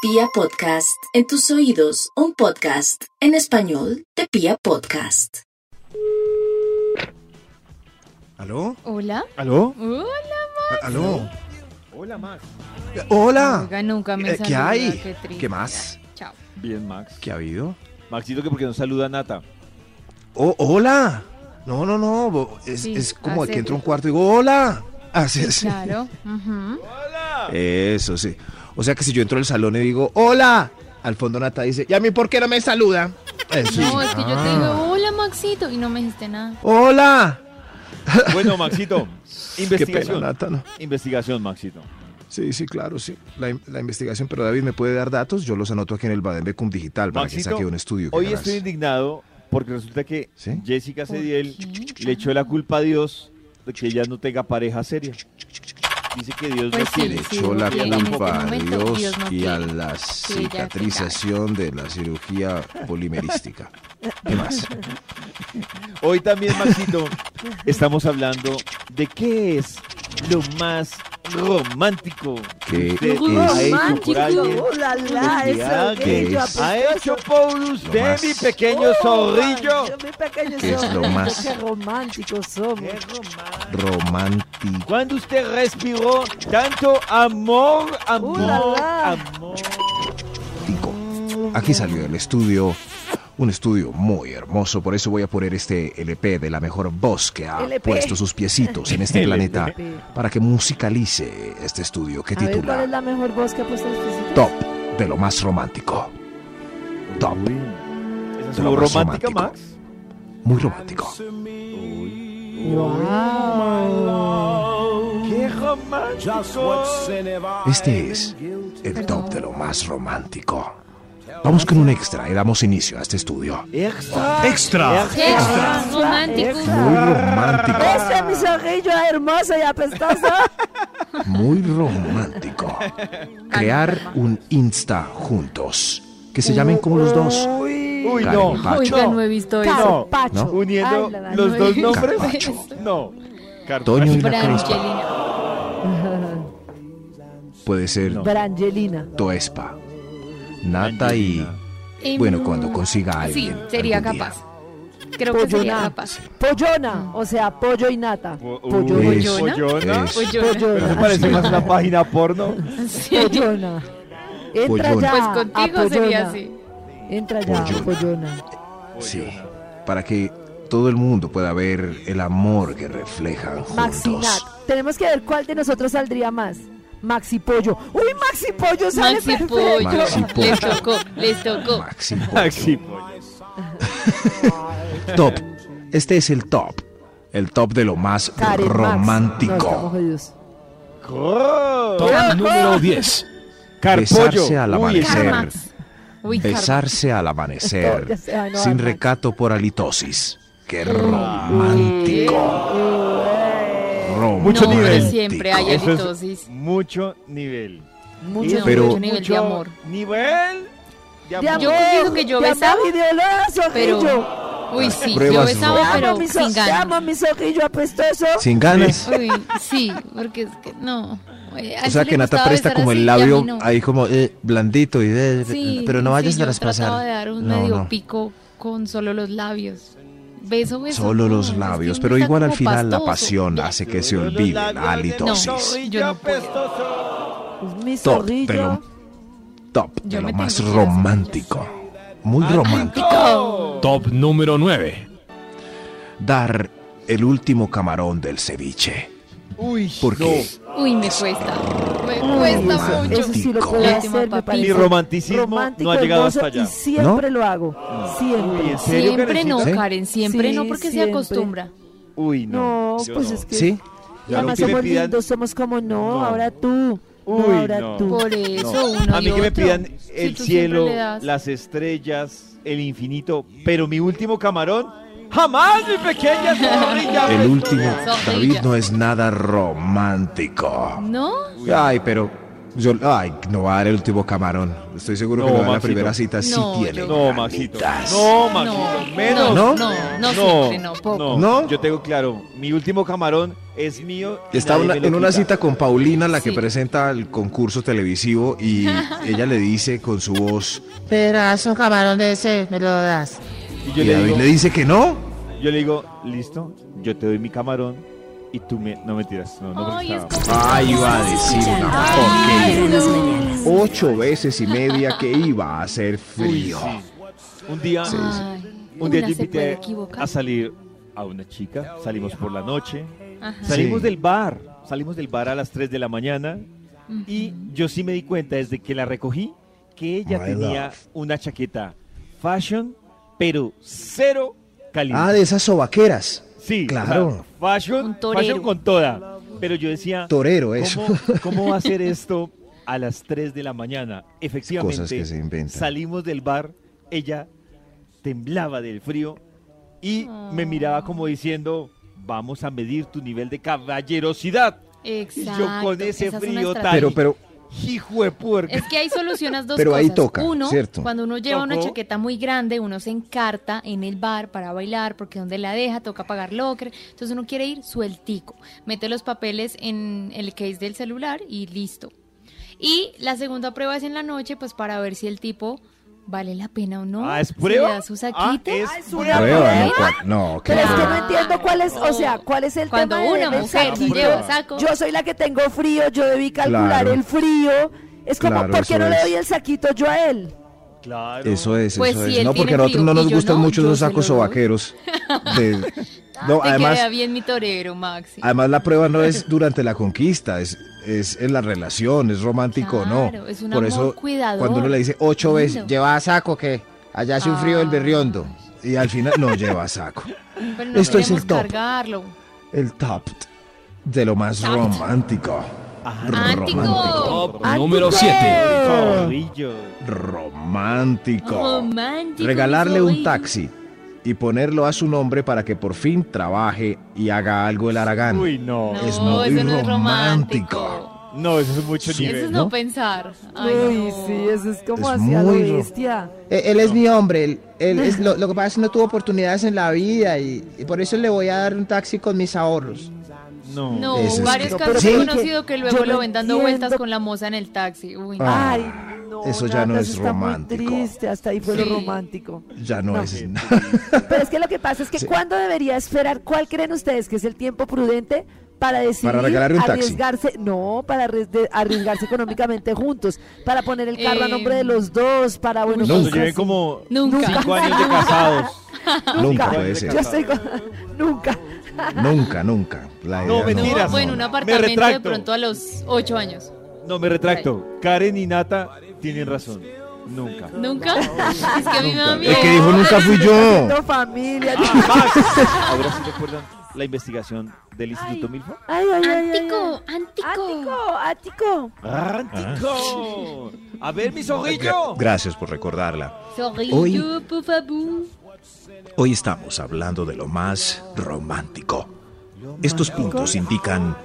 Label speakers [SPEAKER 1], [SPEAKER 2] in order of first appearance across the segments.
[SPEAKER 1] Pia Podcast, en tus oídos, un podcast en español de Pia Podcast.
[SPEAKER 2] ¿Aló?
[SPEAKER 3] Hola.
[SPEAKER 2] ¿Aló?
[SPEAKER 3] Hola,
[SPEAKER 2] A- ¿Aló?
[SPEAKER 4] Hola Max.
[SPEAKER 2] ¡Hola!
[SPEAKER 3] Oiga, nunca me
[SPEAKER 2] Eh, ¿Qué
[SPEAKER 3] saluda,
[SPEAKER 2] hay?
[SPEAKER 3] qué triste.
[SPEAKER 2] ¿Qué más?
[SPEAKER 3] Chao.
[SPEAKER 4] Bien Max.
[SPEAKER 2] ¿Qué ha habido?
[SPEAKER 4] Maxito que porque no saluda a Nata.
[SPEAKER 2] ¡Oh, hola! No, no, no. bo- Es,
[SPEAKER 3] Sí,
[SPEAKER 2] es como
[SPEAKER 3] hace-
[SPEAKER 2] que entro a un cuarto y digo, ¡hola! Así es.
[SPEAKER 3] Claro. ujú.
[SPEAKER 2] Eso sí. O sea que si yo entro al salón y digo, ¡hola! Al fondo Nata dice, ¿y a mí por qué no me saluda? Eso sí.
[SPEAKER 3] No, es que yo te
[SPEAKER 2] Ah.
[SPEAKER 3] digo, hola Maxito, y no me dijiste nada.
[SPEAKER 2] ¡Hola!
[SPEAKER 4] Bueno, Maxito,
[SPEAKER 2] Qué pena,
[SPEAKER 4] investigación.
[SPEAKER 2] Nata, ¿no?
[SPEAKER 4] Investigación, Maxito.
[SPEAKER 2] Sí, sí, claro, sí. La, in- la investigación, pero David me puede dar datos, yo los anoto aquí en el Baden-Becum Digital para que
[SPEAKER 4] Maxito,
[SPEAKER 2] saque un estudio. que
[SPEAKER 4] Hoy
[SPEAKER 2] ganas.
[SPEAKER 4] estoy indignado porque resulta que
[SPEAKER 2] ¿Sí?
[SPEAKER 4] Jessica
[SPEAKER 3] ¿Por
[SPEAKER 4] Cediel
[SPEAKER 3] qué?
[SPEAKER 4] le echó la culpa a Dios de que ella no tenga pareja seria. Dice que Dios
[SPEAKER 3] Pues
[SPEAKER 4] no
[SPEAKER 3] sí,
[SPEAKER 2] le
[SPEAKER 4] quiere.
[SPEAKER 3] sí.
[SPEAKER 2] echó la
[SPEAKER 3] y en este
[SPEAKER 2] culpa a
[SPEAKER 3] momento
[SPEAKER 2] Dios,
[SPEAKER 3] Dios no
[SPEAKER 2] y a
[SPEAKER 3] quiere
[SPEAKER 2] la
[SPEAKER 3] ella te
[SPEAKER 2] cicatrización de la cirugía polimerística. ¿Qué más?
[SPEAKER 4] Hoy también, Maxito, estamos hablando de qué es lo más romántico
[SPEAKER 2] ¿Qué
[SPEAKER 4] que usted ha hecho por
[SPEAKER 3] Romántico.
[SPEAKER 4] alguien.
[SPEAKER 5] oh, la, la,
[SPEAKER 4] El
[SPEAKER 5] eso
[SPEAKER 4] que
[SPEAKER 5] que yo
[SPEAKER 2] es-
[SPEAKER 4] ha
[SPEAKER 5] aprecio.
[SPEAKER 4] hecho por usted,
[SPEAKER 2] más-
[SPEAKER 4] mi pequeño
[SPEAKER 5] Oh,
[SPEAKER 4] zorrillo.
[SPEAKER 5] yo, Mi pequeño
[SPEAKER 2] Que es lo
[SPEAKER 5] zorrillo,
[SPEAKER 2] más-
[SPEAKER 5] Qué románticos somos.
[SPEAKER 2] romántico?
[SPEAKER 4] Cuando usted respiró tanto amor, amor,
[SPEAKER 5] Uh, la, la.
[SPEAKER 4] amor.
[SPEAKER 2] Aquí salió el estudio, un estudio muy hermoso, por eso voy a poner este LP de la mejor voz que ha
[SPEAKER 5] LP.
[SPEAKER 2] puesto sus piecitos en este planeta para que musicalice este estudio que
[SPEAKER 5] A ver, ¿cuál es
[SPEAKER 2] titula
[SPEAKER 5] la mejor voz que ha puesto los pisitos?
[SPEAKER 2] Top de lo más romántico. Top,
[SPEAKER 4] ¿Esa es
[SPEAKER 2] De lo
[SPEAKER 4] su
[SPEAKER 2] más
[SPEAKER 4] romántica,
[SPEAKER 2] romántico.
[SPEAKER 4] Max?
[SPEAKER 2] muy romántico.
[SPEAKER 4] ¡Qué romántico!
[SPEAKER 2] Este es el top de lo más romántico. Vamos con un extra y damos inicio a este estudio.
[SPEAKER 4] ¡Extra!
[SPEAKER 6] Extra.
[SPEAKER 3] ¿Qué? Romántico.
[SPEAKER 2] Muy romántico,
[SPEAKER 5] Ese Este, mi zorrillo hermoso y apestoso.
[SPEAKER 2] muy romántico. Crear un Insta juntos. Que se llamen como los dos.
[SPEAKER 4] ¡Uy, no!
[SPEAKER 2] Karen Pacho.
[SPEAKER 3] Oiga, no he visto eso.
[SPEAKER 5] Carpacho.
[SPEAKER 4] Uniendo
[SPEAKER 5] Ay, la, la,
[SPEAKER 4] los
[SPEAKER 3] no.
[SPEAKER 4] dos nombres.
[SPEAKER 2] Carpacho.
[SPEAKER 4] No. Carpacho.
[SPEAKER 2] Toño y la Crespa.
[SPEAKER 3] Brangelina.
[SPEAKER 2] Puede ser
[SPEAKER 4] No.
[SPEAKER 5] Brangelina.
[SPEAKER 2] Toespa. Nata y...
[SPEAKER 3] Em,
[SPEAKER 2] Bueno, cuando consiga a
[SPEAKER 3] Sí,
[SPEAKER 2] alguien.
[SPEAKER 3] sería
[SPEAKER 2] algún día.
[SPEAKER 3] capaz. Creo que sería
[SPEAKER 5] Pollona.
[SPEAKER 3] capaz.
[SPEAKER 5] Pollona, o sea, pollo y nata.
[SPEAKER 4] Po- uh.
[SPEAKER 5] Pollona.
[SPEAKER 4] uy,
[SPEAKER 2] Eso,
[SPEAKER 4] ¿Pollona?
[SPEAKER 2] eso.
[SPEAKER 3] Pollona.
[SPEAKER 4] Eso
[SPEAKER 2] Pero sí.
[SPEAKER 4] parece más una página porno.
[SPEAKER 3] Sí.
[SPEAKER 5] Pollona. Entra
[SPEAKER 2] Pollona.
[SPEAKER 5] ya.
[SPEAKER 3] Pues
[SPEAKER 5] a
[SPEAKER 3] contigo
[SPEAKER 5] pollona.
[SPEAKER 3] sería así.
[SPEAKER 5] Entra ya,
[SPEAKER 2] Pollona.
[SPEAKER 5] pollona.
[SPEAKER 2] Sí, para que todo el mundo pueda ver el amor que reflejan
[SPEAKER 5] Maxinat.
[SPEAKER 2] juntos.
[SPEAKER 5] Tenemos que ver cuál de nosotros saldría más. Maxi Pollo. ¡Uy, Maxi Pollo sale
[SPEAKER 3] Maxi
[SPEAKER 5] perfecto!
[SPEAKER 3] Pollo.
[SPEAKER 2] Maxi Pollo.
[SPEAKER 3] Les tocó, les tocó.
[SPEAKER 2] Maxi
[SPEAKER 4] Maxi.
[SPEAKER 2] Top. Este es el top. El top de lo más
[SPEAKER 5] Karen Max. No, estamos
[SPEAKER 2] romántico.
[SPEAKER 5] jodidos.
[SPEAKER 4] Carpollo.
[SPEAKER 6] Top número 10.
[SPEAKER 2] Besarse al
[SPEAKER 4] Uy, ese-
[SPEAKER 2] amanecer.
[SPEAKER 3] Carmax. Uy, Carmax.
[SPEAKER 2] Besarse al amanecer.
[SPEAKER 5] Ya se va, no,
[SPEAKER 2] sin
[SPEAKER 5] Max.
[SPEAKER 2] recato por halitosis. Qué romántico.
[SPEAKER 4] Mucho
[SPEAKER 3] no,
[SPEAKER 4] nivel.
[SPEAKER 3] y siempre hay
[SPEAKER 4] Eso es-
[SPEAKER 3] halitosis.
[SPEAKER 4] mucho nivel.
[SPEAKER 5] Mucho
[SPEAKER 4] Y
[SPEAKER 2] Pero-
[SPEAKER 3] mucho nivel de amor.
[SPEAKER 4] Nivel de
[SPEAKER 5] De
[SPEAKER 4] amor.
[SPEAKER 5] amor.
[SPEAKER 3] Yo digo que yo
[SPEAKER 5] Te amo,
[SPEAKER 3] besaba,
[SPEAKER 5] mi doloroso
[SPEAKER 3] pero-
[SPEAKER 5] ojillo.
[SPEAKER 3] Uy,
[SPEAKER 2] Las
[SPEAKER 3] sí, yo
[SPEAKER 2] pruebas
[SPEAKER 5] Te
[SPEAKER 3] besaba,
[SPEAKER 2] rojas.
[SPEAKER 5] amo,
[SPEAKER 3] pero
[SPEAKER 5] mi so-
[SPEAKER 3] sin
[SPEAKER 5] te
[SPEAKER 3] ganas.
[SPEAKER 5] amo, mi ojillo apestoso.
[SPEAKER 2] Sin ganas.
[SPEAKER 3] Uy, sí, porque es que no. Eh, a
[SPEAKER 2] O
[SPEAKER 3] él
[SPEAKER 2] sea
[SPEAKER 3] sí
[SPEAKER 2] que
[SPEAKER 3] le
[SPEAKER 2] Nata
[SPEAKER 3] gustaba
[SPEAKER 2] presta
[SPEAKER 3] besar
[SPEAKER 2] como el
[SPEAKER 3] así y a mí
[SPEAKER 2] labio
[SPEAKER 3] no.
[SPEAKER 2] ahí como eh, blandito y de,
[SPEAKER 3] Sí,
[SPEAKER 2] pero no vayas
[SPEAKER 3] sí,
[SPEAKER 2] a
[SPEAKER 3] yo trataba
[SPEAKER 2] traspasar.
[SPEAKER 3] de dar un
[SPEAKER 2] No,
[SPEAKER 3] medio
[SPEAKER 2] no.
[SPEAKER 3] pico con solo los labios. Beso, beso.
[SPEAKER 2] Solo
[SPEAKER 3] no,
[SPEAKER 2] los
[SPEAKER 3] es que
[SPEAKER 2] labios,
[SPEAKER 3] uno
[SPEAKER 2] pero
[SPEAKER 3] está
[SPEAKER 2] igual al
[SPEAKER 3] como
[SPEAKER 2] final la
[SPEAKER 3] pastoso.
[SPEAKER 2] pasión
[SPEAKER 3] Ya.
[SPEAKER 2] hace que se olvide la halitosis.
[SPEAKER 3] No, yo no puedo.
[SPEAKER 5] Pues, mi
[SPEAKER 2] Top de
[SPEAKER 5] zorrillo.
[SPEAKER 2] lo, top de
[SPEAKER 3] Yo
[SPEAKER 2] lo más
[SPEAKER 3] me tengo que ir a hacer
[SPEAKER 2] romántico. Muy romántico.
[SPEAKER 6] Top número 9.
[SPEAKER 2] Dar el último camarón del ceviche.
[SPEAKER 4] Uy,
[SPEAKER 2] Porque
[SPEAKER 3] Uy, me cuesta. Me cuesta
[SPEAKER 2] Uy,
[SPEAKER 3] mucho.
[SPEAKER 5] Eso sí lo
[SPEAKER 2] Tico.
[SPEAKER 5] puedo
[SPEAKER 3] La
[SPEAKER 5] hacer,
[SPEAKER 3] última
[SPEAKER 5] me
[SPEAKER 3] papita.
[SPEAKER 5] parece
[SPEAKER 4] mi romanticismo
[SPEAKER 5] romántico,
[SPEAKER 4] no ha llegado
[SPEAKER 5] hermoso,
[SPEAKER 4] hasta allá.
[SPEAKER 5] Y siempre lo hago.
[SPEAKER 2] Mm.
[SPEAKER 5] Siempre.
[SPEAKER 4] Uy, ¿en serio,
[SPEAKER 3] Siempre no,
[SPEAKER 2] Karencita?
[SPEAKER 3] Karen, siempre
[SPEAKER 5] Sí,
[SPEAKER 3] no, porque se
[SPEAKER 5] siempre.
[SPEAKER 3] acostumbra.
[SPEAKER 4] Uy,
[SPEAKER 5] No,
[SPEAKER 4] no. yo
[SPEAKER 5] pues
[SPEAKER 4] no.
[SPEAKER 5] es que.
[SPEAKER 2] sí,
[SPEAKER 4] Ya lo
[SPEAKER 5] Además
[SPEAKER 4] que me
[SPEAKER 5] somos
[SPEAKER 4] pidan-
[SPEAKER 5] lindos, somos como no,
[SPEAKER 4] No.
[SPEAKER 5] ahora tú.
[SPEAKER 4] Uy,
[SPEAKER 5] no, ahora
[SPEAKER 4] no.
[SPEAKER 5] tú.
[SPEAKER 3] Por
[SPEAKER 4] No.
[SPEAKER 3] eso uno
[SPEAKER 4] A mí
[SPEAKER 3] y
[SPEAKER 4] que me
[SPEAKER 3] otro.
[SPEAKER 4] pidan
[SPEAKER 3] Si
[SPEAKER 4] el
[SPEAKER 3] tú siempre
[SPEAKER 4] cielo,
[SPEAKER 3] le das.
[SPEAKER 4] las estrellas, el infinito, pero mi último camarón, jamás mi pequeña zorrilla.
[SPEAKER 2] el último.
[SPEAKER 3] Zorrilla.
[SPEAKER 2] David no es nada romántico.
[SPEAKER 3] ¿No?
[SPEAKER 2] Ay, pero yo, ay, no va a dar el último camarón. Estoy seguro que
[SPEAKER 4] No,
[SPEAKER 2] no, en la
[SPEAKER 4] Maxito.
[SPEAKER 2] primera cita sí
[SPEAKER 3] No,
[SPEAKER 2] tiene.
[SPEAKER 4] No, Maxito.
[SPEAKER 2] ganitas.
[SPEAKER 4] No,
[SPEAKER 3] No,
[SPEAKER 4] Maxito. Menos.
[SPEAKER 2] ¿No?
[SPEAKER 3] No, no, no siempre, no, poco.
[SPEAKER 2] ¿No?
[SPEAKER 4] Yo tengo claro, mi último camarón es mío. y
[SPEAKER 2] Estaba
[SPEAKER 4] nadie
[SPEAKER 2] una-
[SPEAKER 4] me lo
[SPEAKER 2] en una
[SPEAKER 4] quita.
[SPEAKER 2] cita con Paulina, la que
[SPEAKER 3] Sí.
[SPEAKER 2] presenta el concurso televisivo, y ella le dice con su voz,
[SPEAKER 7] Verás un camarón de ese, me lo das.
[SPEAKER 4] Y yo
[SPEAKER 2] y
[SPEAKER 4] le,
[SPEAKER 2] David
[SPEAKER 4] digo,
[SPEAKER 2] le dice que no.
[SPEAKER 4] yo le digo, listo, yo te doy mi camarón y tú me... No me tiras, no, no porque
[SPEAKER 3] Ay, es
[SPEAKER 4] estaba-
[SPEAKER 3] como-
[SPEAKER 2] Ay, iba a decir una
[SPEAKER 3] Ay,
[SPEAKER 2] porquería.
[SPEAKER 1] Las
[SPEAKER 3] no.
[SPEAKER 1] mañanas.
[SPEAKER 2] Ocho veces y media que iba a hacer
[SPEAKER 4] Uy,
[SPEAKER 2] frío.
[SPEAKER 4] sí. Un día,
[SPEAKER 3] Ay,
[SPEAKER 4] un día
[SPEAKER 3] una se
[SPEAKER 4] yo
[SPEAKER 3] puede
[SPEAKER 4] invité
[SPEAKER 3] equivocar.
[SPEAKER 4] a salir a una chica, salimos por la noche,
[SPEAKER 3] Ajá.
[SPEAKER 4] salimos
[SPEAKER 2] Sí.
[SPEAKER 4] del bar, salimos del bar a las 3 de la mañana y yo sí me di cuenta desde que la recogí que ella
[SPEAKER 2] My
[SPEAKER 4] tenía
[SPEAKER 2] love.
[SPEAKER 4] una chaqueta fashion, pero cero calidad.
[SPEAKER 2] Ah, de esas sobaqueras.
[SPEAKER 4] Sí, o sea,
[SPEAKER 2] claro.
[SPEAKER 4] fashion,
[SPEAKER 3] Un torero.
[SPEAKER 4] fashion con toda. Pero yo decía,
[SPEAKER 2] Torero eso.
[SPEAKER 4] ¿cómo, ¿cómo va a ser esto a las 3 de la mañana? Efectivamente,
[SPEAKER 2] Cosas que se inventan.
[SPEAKER 4] salimos del bar, ella temblaba del frío y me miraba
[SPEAKER 3] Ah.
[SPEAKER 4] como diciendo, vamos a medir tu nivel de caballerosidad.
[SPEAKER 3] Exacto.
[SPEAKER 4] Y yo con ese
[SPEAKER 3] esa es una
[SPEAKER 4] frío
[SPEAKER 3] estrategia.
[SPEAKER 4] tan-
[SPEAKER 2] Pero, pero,
[SPEAKER 4] Hijo de puerca.
[SPEAKER 3] Es que ahí solucionas dos
[SPEAKER 2] Pero
[SPEAKER 3] cosas.
[SPEAKER 2] ahí toca,
[SPEAKER 3] uno,
[SPEAKER 2] ¿cierto?
[SPEAKER 3] cuando uno lleva una
[SPEAKER 4] Tocó.
[SPEAKER 3] chaqueta muy grande, uno se encarta en el bar para bailar, porque donde la deja, toca pagar locker. Entonces uno quiere ir sueltico. Mete los papeles en el case del celular y listo. Y la segunda prueba es en la noche, pues para ver si el tipo vale la pena o no.
[SPEAKER 4] Ah, ¿es
[SPEAKER 3] Si
[SPEAKER 4] prueba?
[SPEAKER 3] le da su
[SPEAKER 4] Ah,
[SPEAKER 3] saquito.
[SPEAKER 4] es
[SPEAKER 5] Ah, es
[SPEAKER 4] prueba.
[SPEAKER 5] una
[SPEAKER 2] prueba, no,
[SPEAKER 5] prueba.
[SPEAKER 2] cual- no,
[SPEAKER 5] Pero es que no
[SPEAKER 3] Claro.
[SPEAKER 5] entiendo cuál es, o sea, cuál es el
[SPEAKER 3] Cuando
[SPEAKER 5] tema de
[SPEAKER 3] una
[SPEAKER 5] del
[SPEAKER 3] mujer
[SPEAKER 5] saquillo.
[SPEAKER 3] lleva saco.
[SPEAKER 5] Yo soy la que tengo frío, yo debí calcular
[SPEAKER 2] Claro.
[SPEAKER 5] el frío. Es como,
[SPEAKER 2] Claro,
[SPEAKER 5] ¿por qué
[SPEAKER 2] eso
[SPEAKER 5] no le
[SPEAKER 2] es.
[SPEAKER 5] doy el saquito yo a él?
[SPEAKER 4] Claro.
[SPEAKER 2] Eso es,
[SPEAKER 3] Pues
[SPEAKER 2] eso
[SPEAKER 3] si
[SPEAKER 2] es.
[SPEAKER 3] él
[SPEAKER 2] No, porque a
[SPEAKER 3] tiene
[SPEAKER 2] nosotros no
[SPEAKER 3] frío
[SPEAKER 2] nos
[SPEAKER 3] y yo
[SPEAKER 2] gustan
[SPEAKER 3] no,
[SPEAKER 2] mucho
[SPEAKER 3] yo
[SPEAKER 2] esos
[SPEAKER 3] se
[SPEAKER 2] sacos
[SPEAKER 3] lo doy.
[SPEAKER 2] sobaqueros. de- no,
[SPEAKER 3] Ah, Te
[SPEAKER 2] además, ah,
[SPEAKER 3] queda bien mi torero, Maxi.
[SPEAKER 2] además la prueba no es durante la conquista, es, es en la relación, es romántico
[SPEAKER 3] Claro,
[SPEAKER 2] no.
[SPEAKER 3] es un
[SPEAKER 2] Por
[SPEAKER 3] amor
[SPEAKER 2] eso,
[SPEAKER 3] cuidador.
[SPEAKER 2] cuando uno le dice ocho veces,
[SPEAKER 3] Lindo. Ah.
[SPEAKER 2] lleva saco que allá hace un frío el berriondo. Y al final no lleva saco.
[SPEAKER 3] Pero no
[SPEAKER 2] esto es el
[SPEAKER 3] queremos
[SPEAKER 2] top.
[SPEAKER 3] cargarlo.
[SPEAKER 2] El top de lo más romántico. Romántico.
[SPEAKER 3] ¡Ántico!
[SPEAKER 6] Top número
[SPEAKER 5] ¡Antico!
[SPEAKER 6] 7.
[SPEAKER 4] Zorrillo.
[SPEAKER 2] Romántico.
[SPEAKER 3] Oh, Romántico,
[SPEAKER 2] Regalarle
[SPEAKER 3] soy.
[SPEAKER 2] un taxi y ponerlo a su nombre para que por fin trabaje y haga algo el Aragán.
[SPEAKER 4] Uy, no.
[SPEAKER 3] No,
[SPEAKER 2] Es muy
[SPEAKER 3] eso no es
[SPEAKER 2] romántico.
[SPEAKER 3] romántico.
[SPEAKER 4] No, eso es mucho
[SPEAKER 2] Sí.
[SPEAKER 4] nivel.
[SPEAKER 3] Eso es
[SPEAKER 2] ¿no?
[SPEAKER 3] no pensar. Ay,
[SPEAKER 5] Uy,
[SPEAKER 3] no.
[SPEAKER 5] sí, eso es como
[SPEAKER 2] Es
[SPEAKER 5] hacia
[SPEAKER 2] muy
[SPEAKER 5] lo
[SPEAKER 2] ro-
[SPEAKER 5] bestia.
[SPEAKER 8] Eh, Él, es mi hombre, él, él es lo, lo que pasa es que no tuvo oportunidades en la vida y, y por eso le voy a dar un taxi con mis ahorros.
[SPEAKER 4] No.
[SPEAKER 3] No,
[SPEAKER 2] Ese es
[SPEAKER 3] varios
[SPEAKER 2] que-
[SPEAKER 3] casos
[SPEAKER 2] Sí.
[SPEAKER 3] he conocido que
[SPEAKER 5] Yo
[SPEAKER 3] luego
[SPEAKER 5] no
[SPEAKER 3] lo ven dando
[SPEAKER 5] entiendo.
[SPEAKER 3] vueltas con la moza en el taxi. Uy, no.
[SPEAKER 2] Ah,
[SPEAKER 5] Ay, no.
[SPEAKER 2] eso ya no
[SPEAKER 5] Nata,
[SPEAKER 2] es
[SPEAKER 5] está muy
[SPEAKER 2] romántico.
[SPEAKER 5] triste, hasta ahí fue
[SPEAKER 3] Sí.
[SPEAKER 5] lo romántico.
[SPEAKER 2] Ya no,
[SPEAKER 5] No.
[SPEAKER 2] es.
[SPEAKER 5] Pero es que lo que pasa es que ¿cuándo debería esperar? ¿Cuál creen ustedes que es el tiempo prudente para decidir
[SPEAKER 2] Para regalarle un taxi.
[SPEAKER 5] arriesgarse? No, para arries- de- arriesgarse económicamente juntos, para poner el carro a
[SPEAKER 3] Eh,
[SPEAKER 5] nombre de los dos, para bueno, pues,
[SPEAKER 4] Cuando
[SPEAKER 2] Nunca.
[SPEAKER 4] lleven
[SPEAKER 5] cosas-
[SPEAKER 4] como
[SPEAKER 3] Nunca.
[SPEAKER 4] cinco años de casados.
[SPEAKER 2] Nunca
[SPEAKER 4] Sí,
[SPEAKER 2] puede
[SPEAKER 4] sí,
[SPEAKER 2] ser.
[SPEAKER 5] Yo estoy con- nunca.
[SPEAKER 2] Nunca, nunca. La
[SPEAKER 4] No,
[SPEAKER 2] idea
[SPEAKER 4] mentiras.
[SPEAKER 3] bueno, un apartamento de
[SPEAKER 4] retracto.
[SPEAKER 3] pronto a los ocho años.
[SPEAKER 4] No, me retracto. Karen y Nata tienen razón. Nunca.
[SPEAKER 3] ¿Nunca? Es que a mí me da miedo.
[SPEAKER 2] El que dijo nunca fui yo.
[SPEAKER 5] No familia.
[SPEAKER 4] Ah, Max. Ahora sí recuerdan la investigación del Instituto Milford.
[SPEAKER 5] Ay, ay, ay, ay, ay.
[SPEAKER 3] Ántico, ántico.
[SPEAKER 5] Ático, ático.
[SPEAKER 4] ¡Rántico! Ah. A ver, mi zorrillo.
[SPEAKER 2] Gracias por recordarla.
[SPEAKER 3] Sorrillo, por favor.
[SPEAKER 2] Hoy estamos hablando de lo más romántico. Estos puntos indican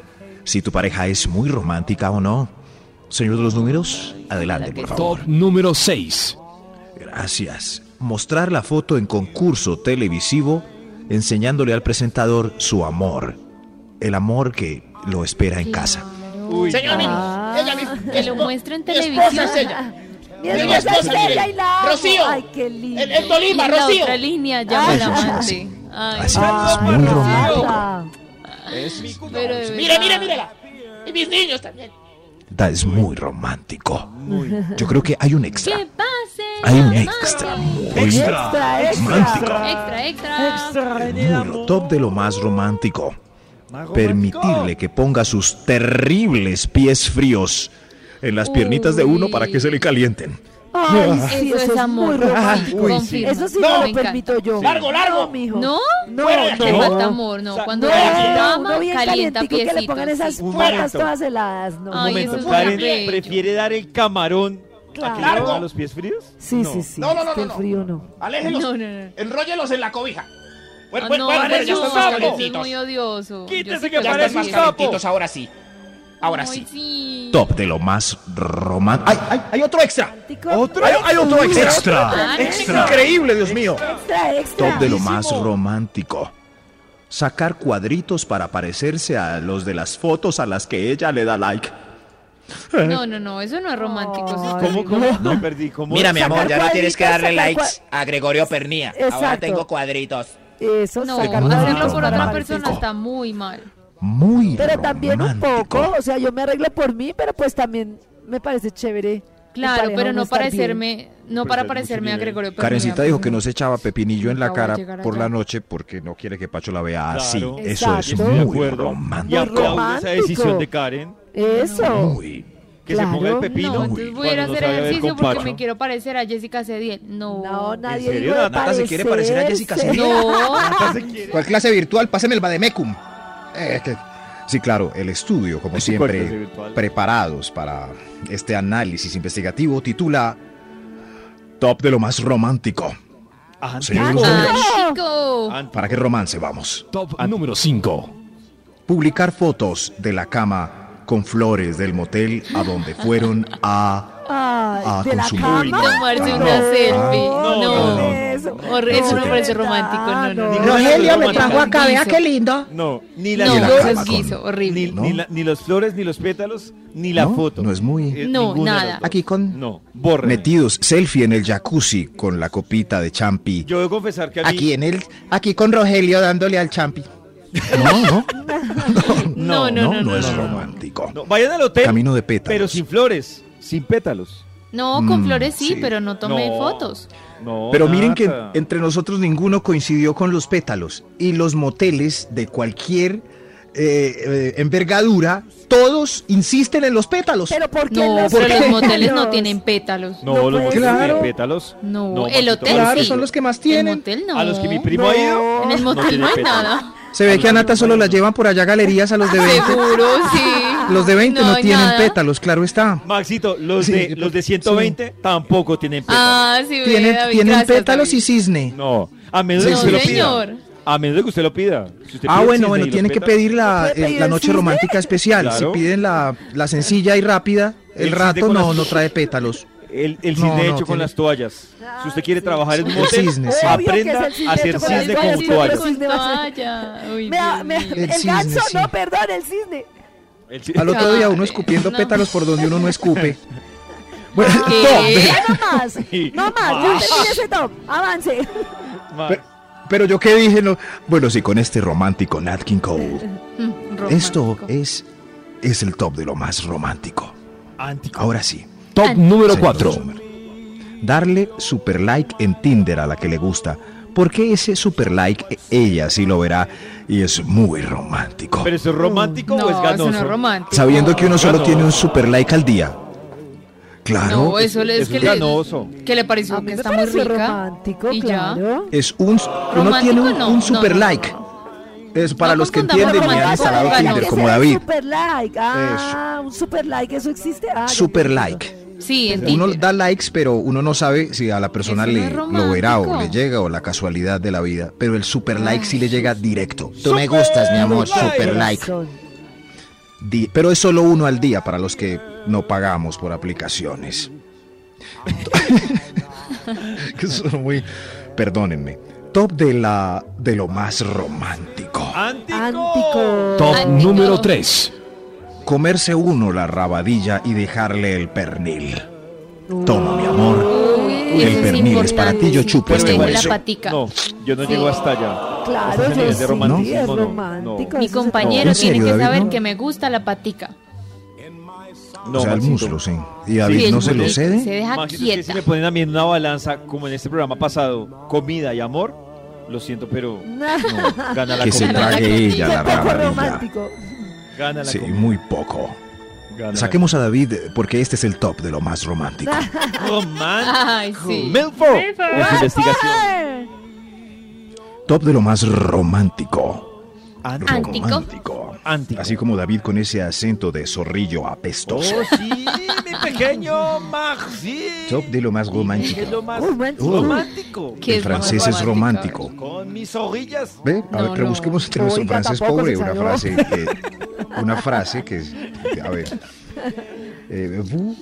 [SPEAKER 2] si tu pareja es muy romántica o no. Señor de los números, adelante, por favor.
[SPEAKER 6] Top número 6.
[SPEAKER 2] Gracias. Mostrar la foto en concurso televisivo enseñándole al presentador su amor. El amor que lo espera en casa.
[SPEAKER 4] Uy,
[SPEAKER 7] Señor, mire,
[SPEAKER 5] Ah.
[SPEAKER 7] ella mi-
[SPEAKER 3] Que lo
[SPEAKER 7] espo-
[SPEAKER 3] muestra en
[SPEAKER 7] mi esposa es
[SPEAKER 3] televisión.
[SPEAKER 7] ella.
[SPEAKER 5] Mi esposa
[SPEAKER 7] Ella es
[SPEAKER 5] es
[SPEAKER 7] cosa,
[SPEAKER 5] bella y la amo.
[SPEAKER 7] Rocío.
[SPEAKER 5] Ay, qué lindo.
[SPEAKER 7] El, el
[SPEAKER 3] Y en
[SPEAKER 7] Tolima,
[SPEAKER 3] la
[SPEAKER 7] Rocío.
[SPEAKER 3] otra línea llama
[SPEAKER 2] Eso
[SPEAKER 3] al
[SPEAKER 2] es
[SPEAKER 3] amante.
[SPEAKER 2] así.
[SPEAKER 3] Ay,
[SPEAKER 2] Así es,
[SPEAKER 5] Ay,
[SPEAKER 2] muy
[SPEAKER 5] Nata.
[SPEAKER 2] romántico.
[SPEAKER 4] es mi culo.
[SPEAKER 3] pero de
[SPEAKER 7] Mire,
[SPEAKER 3] verdad.
[SPEAKER 7] mire, mírela. Y mis niños también.
[SPEAKER 2] Da- Es muy romántico.
[SPEAKER 4] Muy.
[SPEAKER 2] Yo creo que hay un extra.
[SPEAKER 3] Que pase.
[SPEAKER 2] Hay un
[SPEAKER 3] la
[SPEAKER 2] extra
[SPEAKER 3] madre.
[SPEAKER 2] muy
[SPEAKER 5] Extra, extra.
[SPEAKER 2] romántico.
[SPEAKER 3] Extra, extra.
[SPEAKER 2] Número top de lo más romántico.
[SPEAKER 4] Mago
[SPEAKER 2] Permitirle que ponga sus terribles pies fríos en las piernitas de uno para que se le calienten.
[SPEAKER 5] Ay, sí,
[SPEAKER 3] Eso es amor.
[SPEAKER 5] muy romántico.
[SPEAKER 3] Uy,
[SPEAKER 4] sí.
[SPEAKER 5] Eso sí
[SPEAKER 3] No,
[SPEAKER 5] no,
[SPEAKER 3] me
[SPEAKER 5] lo
[SPEAKER 3] encanta.
[SPEAKER 5] permito yo.
[SPEAKER 7] Largo, largo.
[SPEAKER 5] No, mijo.
[SPEAKER 3] ¿No?
[SPEAKER 5] no,
[SPEAKER 7] Fuera,
[SPEAKER 3] Qué
[SPEAKER 5] no.
[SPEAKER 3] falta amor, no.
[SPEAKER 4] O sea,
[SPEAKER 3] Cuando
[SPEAKER 5] No,
[SPEAKER 3] la
[SPEAKER 5] no,
[SPEAKER 3] dama
[SPEAKER 5] uno bien
[SPEAKER 3] calienta
[SPEAKER 5] calientico que
[SPEAKER 3] piecitos.
[SPEAKER 5] le pongan esas
[SPEAKER 4] Un
[SPEAKER 5] patas
[SPEAKER 4] momento.
[SPEAKER 5] todas heladas. No,
[SPEAKER 4] Un
[SPEAKER 3] Ay,
[SPEAKER 4] momento,
[SPEAKER 3] eso es
[SPEAKER 4] Karen
[SPEAKER 3] bello.
[SPEAKER 4] prefiere dar el camarón a que le
[SPEAKER 5] Claro.
[SPEAKER 4] pongan los pies fríos.
[SPEAKER 5] Sí,
[SPEAKER 4] No.
[SPEAKER 5] sí, sí.
[SPEAKER 7] No, no, no,
[SPEAKER 5] es que
[SPEAKER 7] no,
[SPEAKER 5] el frío no.
[SPEAKER 7] Aléjenlos.
[SPEAKER 3] No, no, no.
[SPEAKER 7] Enróllelos en la cobija. Pues, Bueno,
[SPEAKER 3] Ah,
[SPEAKER 7] bueno,
[SPEAKER 3] no,
[SPEAKER 7] bueno,
[SPEAKER 3] pero
[SPEAKER 7] bueno, ya
[SPEAKER 3] es
[SPEAKER 7] están
[SPEAKER 3] un
[SPEAKER 7] más
[SPEAKER 3] sapo, es
[SPEAKER 7] calentitos.
[SPEAKER 3] muy odioso.
[SPEAKER 4] Quítese
[SPEAKER 3] Yo sí
[SPEAKER 4] que
[SPEAKER 3] creo
[SPEAKER 7] Ya están
[SPEAKER 4] parece
[SPEAKER 7] más
[SPEAKER 4] un sapo.
[SPEAKER 7] calentitos, ahora sí. Ahora
[SPEAKER 3] Ay,
[SPEAKER 7] sí.
[SPEAKER 3] sí.
[SPEAKER 2] Top de lo más romántico. ¡Ay, ay, hay otro extra!
[SPEAKER 5] ¿Otro?
[SPEAKER 2] Hay, hay otro extra.
[SPEAKER 3] Extra.
[SPEAKER 2] Increíble, Dios mío.
[SPEAKER 5] Extra, extra.
[SPEAKER 2] Top de lo más romántico. sacar cuadritos para parecerse a los de las fotos a las que ella le da like.
[SPEAKER 3] No, no, no, eso no es romántico. eso es
[SPEAKER 5] Ay,
[SPEAKER 4] ¿Cómo,
[SPEAKER 3] terrible.
[SPEAKER 4] cómo? Me perdí. ¿Cómo
[SPEAKER 7] Mira,
[SPEAKER 4] es?
[SPEAKER 7] mi amor, ya no tienes que darle
[SPEAKER 5] Sacar
[SPEAKER 7] likes
[SPEAKER 5] cuadritos,
[SPEAKER 7] a Gregorio Pernía. Ahora
[SPEAKER 5] Exacto.
[SPEAKER 7] tengo cuadritos.
[SPEAKER 5] Eso,
[SPEAKER 3] No,
[SPEAKER 5] sacar
[SPEAKER 2] Exacto.
[SPEAKER 3] hacerlo
[SPEAKER 5] cuadritos
[SPEAKER 3] por
[SPEAKER 5] para
[SPEAKER 3] otra
[SPEAKER 5] parecer.
[SPEAKER 3] persona está muy mal.
[SPEAKER 2] Muy
[SPEAKER 5] Pero también un
[SPEAKER 2] romántico.
[SPEAKER 5] poco, o sea, yo me arreglo por mí, pero pues también me parece chévere. en
[SPEAKER 3] Claro,
[SPEAKER 5] pareja
[SPEAKER 3] pero
[SPEAKER 5] uno
[SPEAKER 3] no
[SPEAKER 5] estar bien.
[SPEAKER 3] parecerme, no
[SPEAKER 4] Pues
[SPEAKER 3] para
[SPEAKER 4] hay
[SPEAKER 3] parecerme
[SPEAKER 4] mucho
[SPEAKER 3] a
[SPEAKER 4] nivel.
[SPEAKER 3] Gregorio Pernía.
[SPEAKER 2] eh. Karencita dijo que no se echaba pepinillo en la
[SPEAKER 3] Nunca voy a
[SPEAKER 2] cara
[SPEAKER 3] llegar
[SPEAKER 2] por
[SPEAKER 3] allá.
[SPEAKER 2] la noche porque no quiere que Pacho la vea
[SPEAKER 4] Claro.
[SPEAKER 2] así. Ah, Eso
[SPEAKER 5] Exacto.
[SPEAKER 2] es
[SPEAKER 4] Estoy de
[SPEAKER 2] muy
[SPEAKER 4] acuerdo. Y
[SPEAKER 5] Muy
[SPEAKER 2] romántico.
[SPEAKER 4] aplaudo esa decisión
[SPEAKER 5] romántico.
[SPEAKER 4] de Karen.
[SPEAKER 5] Eso.
[SPEAKER 2] Muy.
[SPEAKER 4] Que se ponga el
[SPEAKER 5] Claro.
[SPEAKER 4] pepino.
[SPEAKER 3] No,
[SPEAKER 4] Uy,
[SPEAKER 3] entonces voy a ir a
[SPEAKER 4] cuando
[SPEAKER 3] hacer
[SPEAKER 4] no sabe ver
[SPEAKER 3] ejercicio
[SPEAKER 4] con
[SPEAKER 3] porque
[SPEAKER 4] Pacho.
[SPEAKER 3] me quiero parecer a Jessica Cediel. No.
[SPEAKER 5] No, nadie
[SPEAKER 4] serio?
[SPEAKER 5] dijo de
[SPEAKER 4] Nata
[SPEAKER 2] se quiere parecer a Jessica
[SPEAKER 5] parecerse.
[SPEAKER 2] Simpson.
[SPEAKER 3] No.
[SPEAKER 8] ¿Cuál clase virtual? Páseme el Bademecum.
[SPEAKER 2] Eh, que- Sí, claro, el estudio, como
[SPEAKER 4] Sí, cuarto, sí,
[SPEAKER 2] siempre,
[SPEAKER 4] virtual.
[SPEAKER 2] preparados para este análisis investigativo, titula Top de lo más romántico.
[SPEAKER 4] Ah,
[SPEAKER 2] Señor
[SPEAKER 4] no.
[SPEAKER 2] González.
[SPEAKER 3] Ay, chico.
[SPEAKER 4] Ah,
[SPEAKER 2] ¿Para qué romance vamos?
[SPEAKER 6] Top número 5.
[SPEAKER 2] Publicar fotos de la cama con flores del motel a donde fueron a...
[SPEAKER 5] Ay,
[SPEAKER 2] Ah,
[SPEAKER 5] de la
[SPEAKER 2] consumó.
[SPEAKER 5] cama.
[SPEAKER 3] Tomarse
[SPEAKER 2] una
[SPEAKER 3] selfie.
[SPEAKER 4] No,
[SPEAKER 3] No.
[SPEAKER 5] Eso,
[SPEAKER 3] Horri- eso no me parece
[SPEAKER 5] de verdad,
[SPEAKER 3] romántico, no, no, no.
[SPEAKER 8] Rogelio me
[SPEAKER 3] romántico.
[SPEAKER 8] trajo acá, vea
[SPEAKER 3] Guiso.
[SPEAKER 8] qué lindo.
[SPEAKER 4] Ah, No, ni la,
[SPEAKER 3] No,
[SPEAKER 2] y la
[SPEAKER 3] eso
[SPEAKER 2] cama
[SPEAKER 3] es
[SPEAKER 2] con-
[SPEAKER 3] guiso,
[SPEAKER 4] ni,
[SPEAKER 3] horrible.
[SPEAKER 2] ¿no?
[SPEAKER 4] ni la- ni los flores, ni los pétalos, ni la
[SPEAKER 2] No,
[SPEAKER 4] foto. Eh,
[SPEAKER 2] no es muy-
[SPEAKER 3] No,
[SPEAKER 4] ninguna de
[SPEAKER 3] nada.
[SPEAKER 4] las dos.
[SPEAKER 8] Aquí con...
[SPEAKER 4] No, borre.
[SPEAKER 2] Metidos selfie en el jacuzzi con la copita de champi.
[SPEAKER 4] Yo debo confesar que a mí.
[SPEAKER 8] Aquí en el... Aquí con Rogelio dándole al champi.
[SPEAKER 2] No, no,
[SPEAKER 3] No, no, no, no,
[SPEAKER 2] es
[SPEAKER 3] no, no.
[SPEAKER 2] romántico.
[SPEAKER 4] No, vayan al hotel,
[SPEAKER 2] Camino de pétalos.
[SPEAKER 4] pero sin flores, sin pétalos.
[SPEAKER 3] No, con
[SPEAKER 2] Mm,
[SPEAKER 3] flores sí,
[SPEAKER 2] sí.
[SPEAKER 3] pero no tomé
[SPEAKER 4] No.
[SPEAKER 3] fotos.
[SPEAKER 4] No,
[SPEAKER 2] Pero miren que
[SPEAKER 4] nada.
[SPEAKER 2] entre nosotros ninguno coincidió con los pétalos y los moteles de cualquier eh, eh, envergadura, todos insisten en los pétalos.
[SPEAKER 5] Pero ¿por qué
[SPEAKER 3] No,
[SPEAKER 5] los
[SPEAKER 3] pero los
[SPEAKER 5] pétalos?
[SPEAKER 3] moteles no tienen pétalos.
[SPEAKER 4] No,
[SPEAKER 5] No
[SPEAKER 4] los
[SPEAKER 5] puede
[SPEAKER 4] moteles no
[SPEAKER 8] ser.
[SPEAKER 4] tienen pétalos.
[SPEAKER 3] No,
[SPEAKER 4] No,
[SPEAKER 3] el
[SPEAKER 4] Maxito,
[SPEAKER 3] hotel
[SPEAKER 8] Claro,
[SPEAKER 3] sí.
[SPEAKER 8] son los que más
[SPEAKER 3] El
[SPEAKER 8] tienen.
[SPEAKER 3] motel no.
[SPEAKER 4] A los que mi primo ha ido.
[SPEAKER 3] En el motel
[SPEAKER 4] tiene
[SPEAKER 3] no, hay
[SPEAKER 4] pétalos.
[SPEAKER 3] nada.
[SPEAKER 8] Se ve que a Nata solo la llevan por allá a galerías a los de 20.
[SPEAKER 3] Seguro, sí.
[SPEAKER 8] Los de 20 no,
[SPEAKER 3] hay
[SPEAKER 8] tienen
[SPEAKER 3] nada.
[SPEAKER 8] pétalos, claro está.
[SPEAKER 4] Maxito, los,
[SPEAKER 8] Sí,
[SPEAKER 4] de,
[SPEAKER 8] yo-
[SPEAKER 4] los de 120 tampoco tienen pétalos.
[SPEAKER 3] Ah, sí, ve,
[SPEAKER 8] Tienen,
[SPEAKER 3] David,
[SPEAKER 8] tienen
[SPEAKER 3] gracias,
[SPEAKER 8] pétalos
[SPEAKER 3] David.
[SPEAKER 8] y cisne.
[SPEAKER 4] No, a menos de que
[SPEAKER 8] No,
[SPEAKER 4] usted lo
[SPEAKER 3] señor.
[SPEAKER 4] pida. A menos de que usted lo pida. Si usted
[SPEAKER 8] Ah,
[SPEAKER 4] pide
[SPEAKER 8] bueno,
[SPEAKER 4] cisne y
[SPEAKER 8] bueno,
[SPEAKER 4] los
[SPEAKER 8] tienen que
[SPEAKER 4] pétalos-
[SPEAKER 8] pedir la,
[SPEAKER 5] ¿Se puede
[SPEAKER 8] eh,
[SPEAKER 5] pedir
[SPEAKER 8] la
[SPEAKER 5] el
[SPEAKER 8] noche
[SPEAKER 5] cisne?
[SPEAKER 8] romántica especial.
[SPEAKER 4] Claro.
[SPEAKER 8] Si piden la, la sencilla y rápida, el,
[SPEAKER 4] El cisne
[SPEAKER 8] rato
[SPEAKER 4] con
[SPEAKER 8] no,
[SPEAKER 4] las-
[SPEAKER 8] no trae pétalos.
[SPEAKER 4] El, el
[SPEAKER 8] No,
[SPEAKER 4] cisne
[SPEAKER 8] no,
[SPEAKER 4] hecho con
[SPEAKER 8] tiene-
[SPEAKER 4] las toallas. Si usted quiere
[SPEAKER 5] sí.
[SPEAKER 4] trabajar en un
[SPEAKER 8] El
[SPEAKER 4] hotel,
[SPEAKER 8] cisne, sí.
[SPEAKER 5] Obvio que es el
[SPEAKER 4] aprenda
[SPEAKER 5] cisne
[SPEAKER 4] a hacer
[SPEAKER 5] hecho con las
[SPEAKER 4] cisne
[SPEAKER 5] toallas,
[SPEAKER 4] con
[SPEAKER 5] sí,
[SPEAKER 4] toallas.
[SPEAKER 5] pero sí. cisne va a
[SPEAKER 3] toalla. Uy,
[SPEAKER 5] Me-
[SPEAKER 3] Dios
[SPEAKER 5] me-
[SPEAKER 3] mío.
[SPEAKER 8] El
[SPEAKER 5] el ganso, no,
[SPEAKER 8] cisne, sí.
[SPEAKER 5] perdón, el cisne.
[SPEAKER 4] El cisne-
[SPEAKER 8] Al otro día uno
[SPEAKER 3] Claro,
[SPEAKER 8] escupiendo
[SPEAKER 3] no.
[SPEAKER 8] pétalos por donde uno no escupe. Bueno,
[SPEAKER 3] ¿Qué?
[SPEAKER 8] top.
[SPEAKER 5] Ya no más,
[SPEAKER 4] Sí.
[SPEAKER 5] no más, yo terminé ese top, avance.
[SPEAKER 4] Ma-
[SPEAKER 2] Pero- Pero yo qué dije, no. Bueno, sí, con este romántico Nat King Cole.
[SPEAKER 3] Mm, romántico.
[SPEAKER 2] Esto es, es el top de lo más romántico.
[SPEAKER 4] Antico.
[SPEAKER 2] Ahora sí.
[SPEAKER 6] Top número
[SPEAKER 2] señor
[SPEAKER 6] 4.
[SPEAKER 2] Sommer. Darle super like en Tinder a la que le gusta. Porque ese super like eh, ella sí lo verá y es muy romántico.
[SPEAKER 4] ¿Pero eso es romántico
[SPEAKER 3] No,
[SPEAKER 4] o es
[SPEAKER 3] eso
[SPEAKER 4] ganoso?
[SPEAKER 3] no es romántico.
[SPEAKER 2] Sabiendo que uno solo
[SPEAKER 4] no.
[SPEAKER 2] tiene un super like al día. Claro.
[SPEAKER 3] No, eso le- es
[SPEAKER 4] eso
[SPEAKER 3] que
[SPEAKER 4] es ganoso.
[SPEAKER 3] le, que le
[SPEAKER 5] A
[SPEAKER 3] pareció
[SPEAKER 5] mí
[SPEAKER 3] que
[SPEAKER 5] me
[SPEAKER 3] Ah, está muy
[SPEAKER 5] pareció
[SPEAKER 3] rica.
[SPEAKER 5] romántico,
[SPEAKER 3] y ya.
[SPEAKER 5] claro.
[SPEAKER 2] Es un uno tiene un,
[SPEAKER 3] no,
[SPEAKER 2] un
[SPEAKER 3] no,
[SPEAKER 2] super
[SPEAKER 3] no, no,
[SPEAKER 2] like. Es para
[SPEAKER 3] No
[SPEAKER 2] los que
[SPEAKER 3] confundamos
[SPEAKER 2] entienden y han
[SPEAKER 3] romántico
[SPEAKER 2] instalado
[SPEAKER 3] con
[SPEAKER 5] Pero
[SPEAKER 2] Tinder
[SPEAKER 3] romántico.
[SPEAKER 5] ¿qué
[SPEAKER 2] como
[SPEAKER 5] será el
[SPEAKER 2] David.
[SPEAKER 5] Super like, ah, un super like, eso existe. Ah, ya
[SPEAKER 2] Super
[SPEAKER 5] entendí.
[SPEAKER 2] like.
[SPEAKER 3] Sí, en
[SPEAKER 2] Uno
[SPEAKER 3] Tinder.
[SPEAKER 2] da likes, pero uno no sabe si a la persona
[SPEAKER 3] Eso no
[SPEAKER 2] le
[SPEAKER 3] es
[SPEAKER 2] lo verá o le
[SPEAKER 3] romántico.
[SPEAKER 2] llega o la casualidad de la vida. Pero el super like sí le llega directo.
[SPEAKER 8] Tú me gustas, mi amor,
[SPEAKER 4] Super
[SPEAKER 8] super
[SPEAKER 4] like.
[SPEAKER 8] like.
[SPEAKER 5] Son-
[SPEAKER 2] Di- pero es solo uno al día para los que no pagamos por aplicaciones. que son muy, perdónenme. Top de la de lo más romántico.
[SPEAKER 3] Ah.
[SPEAKER 4] ¡Antico!
[SPEAKER 5] Antico.
[SPEAKER 6] Top
[SPEAKER 3] Antico.
[SPEAKER 6] número 3.
[SPEAKER 2] Comerse uno la rabadilla y dejarle el pernil. Toma, mi amor.
[SPEAKER 3] Uy,
[SPEAKER 2] El
[SPEAKER 3] eso es
[SPEAKER 2] pernil es para ti, yo
[SPEAKER 3] importante,
[SPEAKER 2] chupo
[SPEAKER 3] sí.
[SPEAKER 2] este
[SPEAKER 3] Tengo
[SPEAKER 2] hueso.
[SPEAKER 3] la patica.
[SPEAKER 4] No, yo no llego hasta allá.
[SPEAKER 5] Claro,
[SPEAKER 4] Ese
[SPEAKER 5] yo
[SPEAKER 4] nivel de
[SPEAKER 5] sí,
[SPEAKER 4] romanticismo,
[SPEAKER 5] es
[SPEAKER 4] no, no.
[SPEAKER 5] romántico.
[SPEAKER 3] Mi
[SPEAKER 5] eso se
[SPEAKER 3] compañero
[SPEAKER 2] ¿En
[SPEAKER 5] trata.
[SPEAKER 3] tiene
[SPEAKER 2] serio,
[SPEAKER 3] que
[SPEAKER 2] David,
[SPEAKER 3] saber
[SPEAKER 2] no?
[SPEAKER 3] que me gusta la patica.
[SPEAKER 4] No,
[SPEAKER 2] o sea, el
[SPEAKER 4] Maxito.
[SPEAKER 2] muslo, sí. ¿Y David
[SPEAKER 3] Sí, el
[SPEAKER 2] no se lo
[SPEAKER 3] burrito,
[SPEAKER 2] cede?
[SPEAKER 3] Se deja
[SPEAKER 4] Maxito, es que si
[SPEAKER 3] quieta.
[SPEAKER 4] me ponen a mí en una balanza, como en este programa pasado, comida y amor, lo siento, pero no, gana la
[SPEAKER 2] Que se
[SPEAKER 4] comida.
[SPEAKER 3] trague
[SPEAKER 2] trague ella
[SPEAKER 5] Yo
[SPEAKER 2] la
[SPEAKER 5] poco
[SPEAKER 2] rabadilla.
[SPEAKER 5] romántico.
[SPEAKER 4] Gana la
[SPEAKER 2] Sí,
[SPEAKER 4] comida.
[SPEAKER 2] muy poco.
[SPEAKER 4] gana la
[SPEAKER 2] Saquemos a David eh, porque este es el top de lo más romántico.
[SPEAKER 3] Ah.
[SPEAKER 4] comida. Romántico.
[SPEAKER 3] Ay, sí.
[SPEAKER 4] Milford. En
[SPEAKER 5] Ah.
[SPEAKER 4] su investigación.
[SPEAKER 2] Top de lo más romántico.
[SPEAKER 3] Antico.
[SPEAKER 2] Romántico.
[SPEAKER 4] Antico.
[SPEAKER 2] Así como David con ese acento de zorrillo
[SPEAKER 4] Oh,
[SPEAKER 2] apestoso.
[SPEAKER 4] sí, mi pequeño Maxi.
[SPEAKER 2] Top de lo más
[SPEAKER 4] Oh. Es
[SPEAKER 2] romántico.
[SPEAKER 4] lo más
[SPEAKER 5] Romántico.
[SPEAKER 4] romántico.
[SPEAKER 3] ¿Qué
[SPEAKER 2] El
[SPEAKER 3] es lo más
[SPEAKER 2] francés es
[SPEAKER 3] romántico?
[SPEAKER 2] romántico.
[SPEAKER 4] Con mis orillas.
[SPEAKER 2] Ve, a
[SPEAKER 3] No,
[SPEAKER 2] ver, pero
[SPEAKER 3] no.
[SPEAKER 2] busquemos entre nuestro
[SPEAKER 5] Oiga,
[SPEAKER 2] francés
[SPEAKER 5] tampoco
[SPEAKER 2] pobre
[SPEAKER 5] se
[SPEAKER 2] una
[SPEAKER 5] salió.
[SPEAKER 2] frase que. Una frase que. es- A ver. Eh, vous,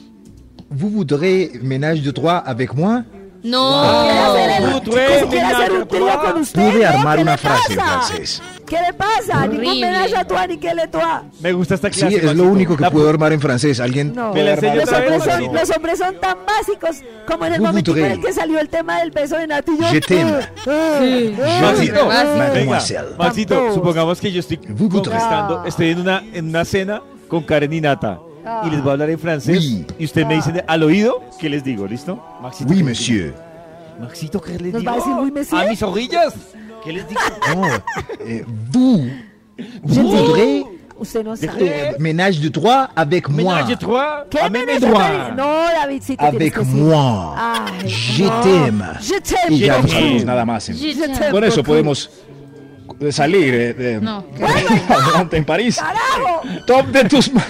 [SPEAKER 2] vous voudrez ménage de trois avec moi?
[SPEAKER 3] No.
[SPEAKER 5] Quiere hacer el-
[SPEAKER 4] Tú, tú eres
[SPEAKER 5] si quiere hacer un trío con usted.
[SPEAKER 2] Pude
[SPEAKER 5] ¿no?
[SPEAKER 2] armar
[SPEAKER 5] ¿Qué
[SPEAKER 2] una
[SPEAKER 5] le
[SPEAKER 2] frase en
[SPEAKER 5] pasa?
[SPEAKER 2] francés.
[SPEAKER 5] ¿Qué le pasa? Ningún
[SPEAKER 3] Horrible.
[SPEAKER 5] pedazo a Tuani, ¿qué le toa?
[SPEAKER 4] Me gusta esta
[SPEAKER 2] Sí,
[SPEAKER 4] clase.
[SPEAKER 2] es lo
[SPEAKER 4] Maxito.
[SPEAKER 2] único que
[SPEAKER 4] La-
[SPEAKER 2] puedo armar en francés. Alguien.
[SPEAKER 5] No.
[SPEAKER 4] Me la enseñó
[SPEAKER 5] Los
[SPEAKER 4] otra vez,
[SPEAKER 5] hombres, son,
[SPEAKER 4] Maxito.
[SPEAKER 5] los hombres son tan básicos como en el
[SPEAKER 2] Vous
[SPEAKER 5] momento en
[SPEAKER 2] voudrez.
[SPEAKER 5] el que salió el tema del beso de Nati. Yo,
[SPEAKER 2] Je t'aime.
[SPEAKER 5] eh, eh, eh.
[SPEAKER 4] Maxito,
[SPEAKER 3] Maxito.
[SPEAKER 4] venga,
[SPEAKER 2] Mademoiselle.
[SPEAKER 4] Maxito,
[SPEAKER 5] Tampoco.
[SPEAKER 4] supongamos que yo estoy
[SPEAKER 2] Vous voudrez.
[SPEAKER 4] conquistando, estoy en una, en una cena con Karen y Nata y les voy a hablar en francés
[SPEAKER 2] Oui.
[SPEAKER 4] y usted me dice al oído qué les digo, ¿listo? Maxito,
[SPEAKER 2] Oui,
[SPEAKER 4] ¿qué
[SPEAKER 2] monsieur.
[SPEAKER 4] les digo? Maxito, ¿qué les
[SPEAKER 5] Nos
[SPEAKER 4] digo?
[SPEAKER 5] va a decir, "Oui, monsieur".
[SPEAKER 4] A mis orillas. ¿Qué les digo?
[SPEAKER 2] Oh, eh, vous, vous voudrez
[SPEAKER 5] Usted no sabe.
[SPEAKER 2] eh, ménage de trois avec moi.
[SPEAKER 4] Ménage trois,
[SPEAKER 5] ¿Qué
[SPEAKER 4] a
[SPEAKER 5] me
[SPEAKER 4] ménage
[SPEAKER 5] ves a
[SPEAKER 4] trois.
[SPEAKER 5] Karen? No, David, sí te tienes
[SPEAKER 2] Avec
[SPEAKER 5] que Ah, decir.
[SPEAKER 2] moi.
[SPEAKER 5] Ay,
[SPEAKER 2] Je
[SPEAKER 5] no.
[SPEAKER 2] t'aime.
[SPEAKER 5] Je t'aime.
[SPEAKER 2] Y ya
[SPEAKER 5] beaucoup.
[SPEAKER 2] no sabemos nada más.
[SPEAKER 3] Je
[SPEAKER 5] Je
[SPEAKER 3] t'aime.
[SPEAKER 5] t'aime
[SPEAKER 2] Con eso
[SPEAKER 5] beaucoup.
[SPEAKER 2] podemos salir eh, de-
[SPEAKER 3] No.
[SPEAKER 2] adelante en París.
[SPEAKER 5] ¡Carajo!
[SPEAKER 2] Top de tus. ma-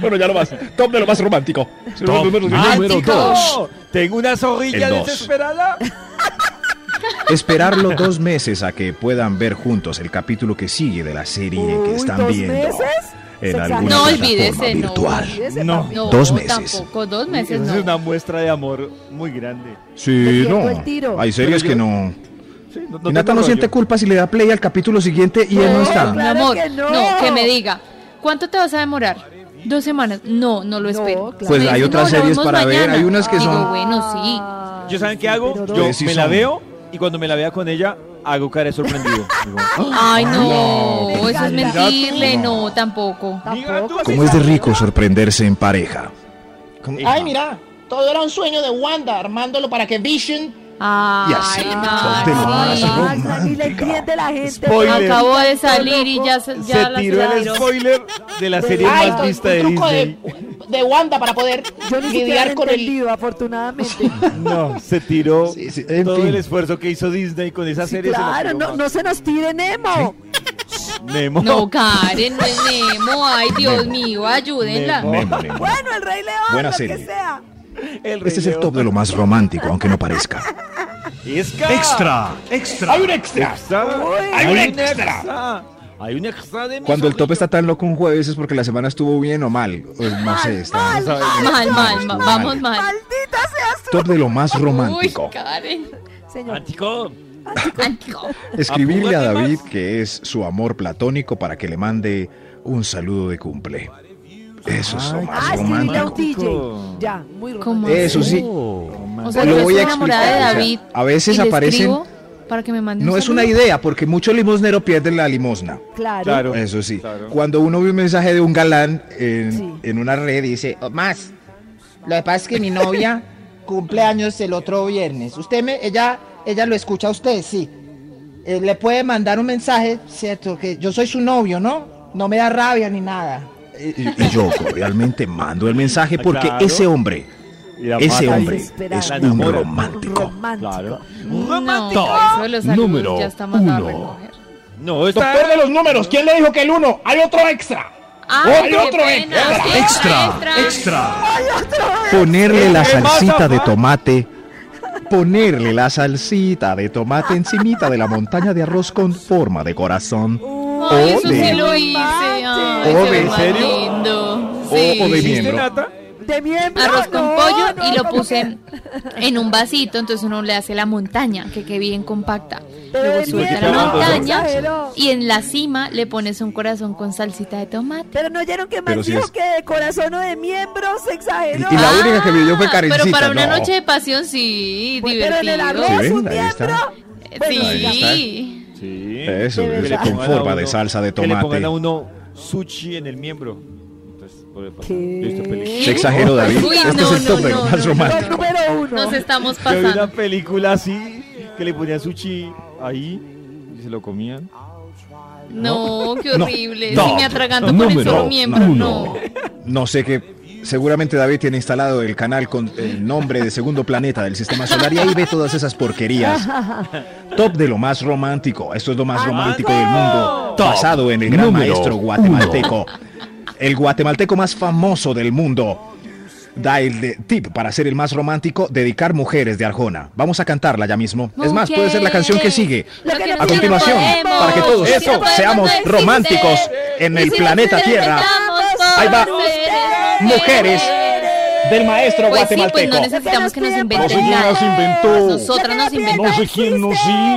[SPEAKER 2] bueno, ya lo más. Top de lo más romántico.
[SPEAKER 6] número dos.
[SPEAKER 4] Tengo una zorrilla
[SPEAKER 2] El dos.
[SPEAKER 4] desesperada.
[SPEAKER 2] Esperarlo dos meses a que puedan ver juntos el capítulo que sigue de la serie que
[SPEAKER 5] Uy,
[SPEAKER 2] están
[SPEAKER 5] ¿dos
[SPEAKER 2] viendo.
[SPEAKER 5] meses?
[SPEAKER 2] En
[SPEAKER 5] Se exagera.
[SPEAKER 2] alguna
[SPEAKER 3] No olvides,
[SPEAKER 2] plataforma
[SPEAKER 3] eh, no.
[SPEAKER 2] virtual.
[SPEAKER 5] Ese
[SPEAKER 4] No.
[SPEAKER 5] papi.
[SPEAKER 3] No,
[SPEAKER 2] Dos meses.
[SPEAKER 3] Tampoco, dos meses
[SPEAKER 4] Esa
[SPEAKER 3] no.
[SPEAKER 4] Es una muestra de amor muy grande.
[SPEAKER 5] Te
[SPEAKER 2] Sí,
[SPEAKER 5] llegó el tiro.
[SPEAKER 2] no. Hay series
[SPEAKER 4] Pero
[SPEAKER 2] que
[SPEAKER 4] yo-
[SPEAKER 2] no.
[SPEAKER 4] Sí, no,
[SPEAKER 2] Y Nata no
[SPEAKER 4] tengo
[SPEAKER 2] siente
[SPEAKER 4] rollo.
[SPEAKER 2] culpa si le da play al capítulo siguiente y él no está.
[SPEAKER 3] Mi
[SPEAKER 5] claro
[SPEAKER 3] amor,
[SPEAKER 5] que no.
[SPEAKER 3] no. que me diga, ¿cuánto te vas a demorar? Dos semanas. No, no lo
[SPEAKER 5] No,
[SPEAKER 3] espero.
[SPEAKER 5] claro.
[SPEAKER 2] Pues
[SPEAKER 3] Me
[SPEAKER 2] hay
[SPEAKER 3] dice,
[SPEAKER 2] otras
[SPEAKER 3] "No, la
[SPEAKER 2] series
[SPEAKER 3] vemos
[SPEAKER 2] para ver,
[SPEAKER 3] mañana".
[SPEAKER 2] hay unas que
[SPEAKER 3] Digo,
[SPEAKER 2] son-
[SPEAKER 3] bueno, sí.
[SPEAKER 4] ¿Yo saben qué hago?
[SPEAKER 5] Ah, Pero
[SPEAKER 4] Yo
[SPEAKER 2] Sí, sí
[SPEAKER 4] me la
[SPEAKER 2] son.
[SPEAKER 4] veo y cuando me la vea con ella, hago cara de sorprendido. Digo,
[SPEAKER 2] "Ah,
[SPEAKER 3] Ay, no,
[SPEAKER 5] No,
[SPEAKER 3] eso es
[SPEAKER 5] me encanta.
[SPEAKER 3] mentirle, no, tampoco.
[SPEAKER 5] Tampoco.
[SPEAKER 2] ¿Cómo es de rico sorprenderse en pareja?
[SPEAKER 7] Ay, mira, todo era un sueño de Wanda armándolo para que Vision.
[SPEAKER 3] Ay,
[SPEAKER 2] Y así,
[SPEAKER 3] Maxi.
[SPEAKER 2] de más, ¿no?
[SPEAKER 5] Max, aquí le entiende la gente.
[SPEAKER 4] Spoiler.
[SPEAKER 3] Acabo de salir y ya, se- ya
[SPEAKER 4] Se
[SPEAKER 3] la
[SPEAKER 4] tiró el
[SPEAKER 3] tiró.
[SPEAKER 4] spoiler de la serie
[SPEAKER 7] Ay,
[SPEAKER 4] más
[SPEAKER 7] con-
[SPEAKER 4] vista
[SPEAKER 7] un
[SPEAKER 4] de
[SPEAKER 7] truco de,
[SPEAKER 4] Disney.
[SPEAKER 7] de Wanda para poder
[SPEAKER 5] Yo ni siquiera
[SPEAKER 7] lidiar
[SPEAKER 5] lo
[SPEAKER 7] con
[SPEAKER 5] he
[SPEAKER 7] el.
[SPEAKER 5] entendido, afortunadamente.
[SPEAKER 4] No, se tiró
[SPEAKER 2] Sí, sí, en
[SPEAKER 4] todo
[SPEAKER 2] fin.
[SPEAKER 4] el esfuerzo que hizo Disney con esa
[SPEAKER 5] Sí,
[SPEAKER 4] serie. se la
[SPEAKER 5] claro,
[SPEAKER 4] tiró
[SPEAKER 5] no,
[SPEAKER 4] más.
[SPEAKER 5] no se nos tire Nemo.
[SPEAKER 4] Nemo.
[SPEAKER 3] No, Karen, no es Nemo. Ay, Dios
[SPEAKER 2] Nemo.
[SPEAKER 3] mío, ayúdenla.
[SPEAKER 2] Nemo, Nemo.
[SPEAKER 5] Bueno, el Rey León,
[SPEAKER 2] Buena
[SPEAKER 5] lo que
[SPEAKER 2] serie.
[SPEAKER 5] sea.
[SPEAKER 4] El Rey
[SPEAKER 2] Este es el
[SPEAKER 4] León.
[SPEAKER 2] top de lo más romántico, aunque no parezca.
[SPEAKER 7] Ah,
[SPEAKER 4] Esca.
[SPEAKER 2] ¡Extra! ¡Hay un extra!
[SPEAKER 4] Extra.
[SPEAKER 2] Hay un
[SPEAKER 4] extra. Hay un extra de mi
[SPEAKER 2] Cuando el top
[SPEAKER 4] zorrilla.
[SPEAKER 2] está tan loco un jueves es porque la semana estuvo bien o mal. O no sé, está.
[SPEAKER 5] mal,
[SPEAKER 2] no sabemos.
[SPEAKER 3] Mal, mal, mal, vamos
[SPEAKER 2] Mal.
[SPEAKER 3] mal.
[SPEAKER 5] Maldita seas tú.
[SPEAKER 2] Top de lo más romántico.
[SPEAKER 3] Uy, Karen.
[SPEAKER 5] Señor,
[SPEAKER 4] Antico.
[SPEAKER 3] Antico.
[SPEAKER 2] Escribirle a
[SPEAKER 4] Apúrate
[SPEAKER 2] David
[SPEAKER 4] más.
[SPEAKER 2] que es su amor platónico para que le mande un saludo de cumple. Eso es lo
[SPEAKER 5] ah,
[SPEAKER 2] más
[SPEAKER 5] escribirle a un
[SPEAKER 2] romántico.
[SPEAKER 5] DJ. Ya, muy
[SPEAKER 3] ¿Cómo
[SPEAKER 5] romántico. Eh,
[SPEAKER 2] Eso sí.
[SPEAKER 3] O sea,
[SPEAKER 2] Lo
[SPEAKER 3] yo
[SPEAKER 2] voy
[SPEAKER 3] estoy
[SPEAKER 2] a
[SPEAKER 3] enamorada
[SPEAKER 2] explicar,
[SPEAKER 3] de
[SPEAKER 2] o sea,
[SPEAKER 3] David.
[SPEAKER 2] a veces
[SPEAKER 3] y le
[SPEAKER 2] aparecen-
[SPEAKER 3] escribo Para que me mande un
[SPEAKER 2] No es una
[SPEAKER 3] saludo.
[SPEAKER 2] idea, porque mucho limosnero pierde la limosna.
[SPEAKER 5] Claro.
[SPEAKER 4] Claro.
[SPEAKER 2] Eso sí.
[SPEAKER 4] Claro.
[SPEAKER 2] Cuando uno ve un mensaje de un galán en,
[SPEAKER 5] Sí.
[SPEAKER 2] en una red y dice, "Oh,
[SPEAKER 8] O Más. Lo que pasa es que mi novia cumple años el otro viernes. Usted me, ella, ella lo escucha a usted, sí. Eh, le puede mandar un mensaje, cierto, que yo soy su novio, ¿no? No me da rabia ni nada.
[SPEAKER 2] y, y yo cordialmente mando el mensaje
[SPEAKER 4] Ah,
[SPEAKER 2] porque
[SPEAKER 4] claro.
[SPEAKER 2] ese hombre,
[SPEAKER 4] Y la
[SPEAKER 2] eh, ese
[SPEAKER 4] mata.
[SPEAKER 2] hombre
[SPEAKER 5] desesperada.
[SPEAKER 2] es
[SPEAKER 4] La
[SPEAKER 2] un
[SPEAKER 4] enamora.
[SPEAKER 2] romántico.
[SPEAKER 5] Romántico.
[SPEAKER 4] Claro.
[SPEAKER 3] No,
[SPEAKER 4] Romántico.
[SPEAKER 3] eso de los saludos
[SPEAKER 6] Número
[SPEAKER 3] ya está mandado a
[SPEAKER 6] uno.
[SPEAKER 3] recoger.
[SPEAKER 4] No, está.
[SPEAKER 7] Doctor de los números, ¿quién le dijo que el uno? Hay otro extra.
[SPEAKER 3] ¡Ay,
[SPEAKER 7] ¡Hay
[SPEAKER 3] qué
[SPEAKER 7] otro
[SPEAKER 5] eh,
[SPEAKER 3] pena!
[SPEAKER 7] extra!
[SPEAKER 3] extra, extra.
[SPEAKER 2] Ponerle la
[SPEAKER 4] ¿Qué pasa,
[SPEAKER 2] salsita de
[SPEAKER 4] pa?
[SPEAKER 2] tomate. Ponerle la salsita de tomate encimita de la montaña de arroz con forma de corazón.
[SPEAKER 3] Ay, eso sí
[SPEAKER 2] de-
[SPEAKER 3] lo hice. Ay,
[SPEAKER 2] O
[SPEAKER 3] se
[SPEAKER 2] de-
[SPEAKER 3] ve más
[SPEAKER 4] ¿En serio?
[SPEAKER 3] lindo.
[SPEAKER 2] O-
[SPEAKER 3] Sí.
[SPEAKER 2] o de
[SPEAKER 4] ¿Hiciste,
[SPEAKER 2] miembro.
[SPEAKER 4] Nata?
[SPEAKER 5] De miembro.
[SPEAKER 3] Arroz con
[SPEAKER 5] no,
[SPEAKER 3] pollo
[SPEAKER 5] no,
[SPEAKER 3] y lo
[SPEAKER 5] ¿cómo
[SPEAKER 3] puse
[SPEAKER 5] que?
[SPEAKER 3] en, en un vasito, entonces uno le hace la montaña, que quede bien compacta.
[SPEAKER 5] Pero
[SPEAKER 3] Luego
[SPEAKER 5] de
[SPEAKER 3] suelta
[SPEAKER 4] miembro,
[SPEAKER 3] la montaña
[SPEAKER 5] exageró.
[SPEAKER 3] y en la cima le pones un corazón con salsita de tomate.
[SPEAKER 5] Pero no oyeron que
[SPEAKER 2] Pero
[SPEAKER 5] más
[SPEAKER 2] sí
[SPEAKER 5] dijo
[SPEAKER 2] es-
[SPEAKER 5] que de corazón o de miembro se exageró.
[SPEAKER 2] Y- y la
[SPEAKER 5] Ah,
[SPEAKER 2] única que me dio fue
[SPEAKER 3] Ah, Pero
[SPEAKER 2] Karencita,
[SPEAKER 3] para una
[SPEAKER 2] no.
[SPEAKER 3] noche de pasión, sí,
[SPEAKER 5] pues, pero
[SPEAKER 3] divertido.
[SPEAKER 5] en el arroz,
[SPEAKER 2] Sí,
[SPEAKER 5] un
[SPEAKER 2] ven, ahí está.
[SPEAKER 5] miembro. Bueno,
[SPEAKER 3] Sí.
[SPEAKER 4] Sí.
[SPEAKER 2] Eso,
[SPEAKER 5] De
[SPEAKER 2] es
[SPEAKER 5] verdad.
[SPEAKER 2] con forma de salsa de
[SPEAKER 4] Que le pongan a
[SPEAKER 2] tomate.
[SPEAKER 4] uno sushi en el miembro. Entonces, por el pasado.
[SPEAKER 5] ¿Qué?
[SPEAKER 4] Yo he visto películas.
[SPEAKER 2] Se exageró, David.
[SPEAKER 3] Uy,
[SPEAKER 2] este
[SPEAKER 3] no,
[SPEAKER 2] es el top
[SPEAKER 3] no,
[SPEAKER 2] de lo
[SPEAKER 3] no,
[SPEAKER 2] más
[SPEAKER 3] no,
[SPEAKER 5] Lo
[SPEAKER 2] romántico.
[SPEAKER 5] número uno.
[SPEAKER 3] Nos estamos
[SPEAKER 4] Yo vi una
[SPEAKER 3] pasando.
[SPEAKER 4] película así que le ponían sushi ahí y se lo comían.
[SPEAKER 3] No, qué horrible.
[SPEAKER 2] No.
[SPEAKER 3] Si Eh, me atraganto con el
[SPEAKER 6] Número
[SPEAKER 3] solo miembro,
[SPEAKER 6] uno.
[SPEAKER 3] no.
[SPEAKER 2] No sé qué. Seguramente David tiene instalado el canal con el nombre de segundo planeta del sistema solar y ahí ve todas esas porquerías. Top de lo más romántico. Esto es lo más romántico del mundo.
[SPEAKER 6] Top
[SPEAKER 2] Basado en el gran
[SPEAKER 6] número
[SPEAKER 2] maestro guatemalteco. El guatemalteco más famoso del mundo. Da el de- tip para ser el más romántico, dedicar mujeres de Arjona. Vamos a cantarla ya mismo. Es más, puede ser la canción que sigue.
[SPEAKER 5] Lo que
[SPEAKER 2] A
[SPEAKER 5] no
[SPEAKER 2] continuación,
[SPEAKER 5] podemos,
[SPEAKER 2] para que todos
[SPEAKER 5] lo que no podemos
[SPEAKER 2] seamos
[SPEAKER 5] no existe.
[SPEAKER 2] románticos en
[SPEAKER 3] Y
[SPEAKER 2] el
[SPEAKER 3] si
[SPEAKER 2] planeta
[SPEAKER 3] nos
[SPEAKER 2] Tierra.
[SPEAKER 3] enfrentamos
[SPEAKER 2] Ahí va.
[SPEAKER 3] por seres
[SPEAKER 2] Mujeres del maestro
[SPEAKER 3] Pues sí, pues
[SPEAKER 2] guatemalteco.
[SPEAKER 3] no necesitamos que nos inventen
[SPEAKER 2] No sé quién
[SPEAKER 3] nada.
[SPEAKER 2] nos inventó.
[SPEAKER 3] Nosotras nos inventamos.
[SPEAKER 2] no sé quién nos hizo.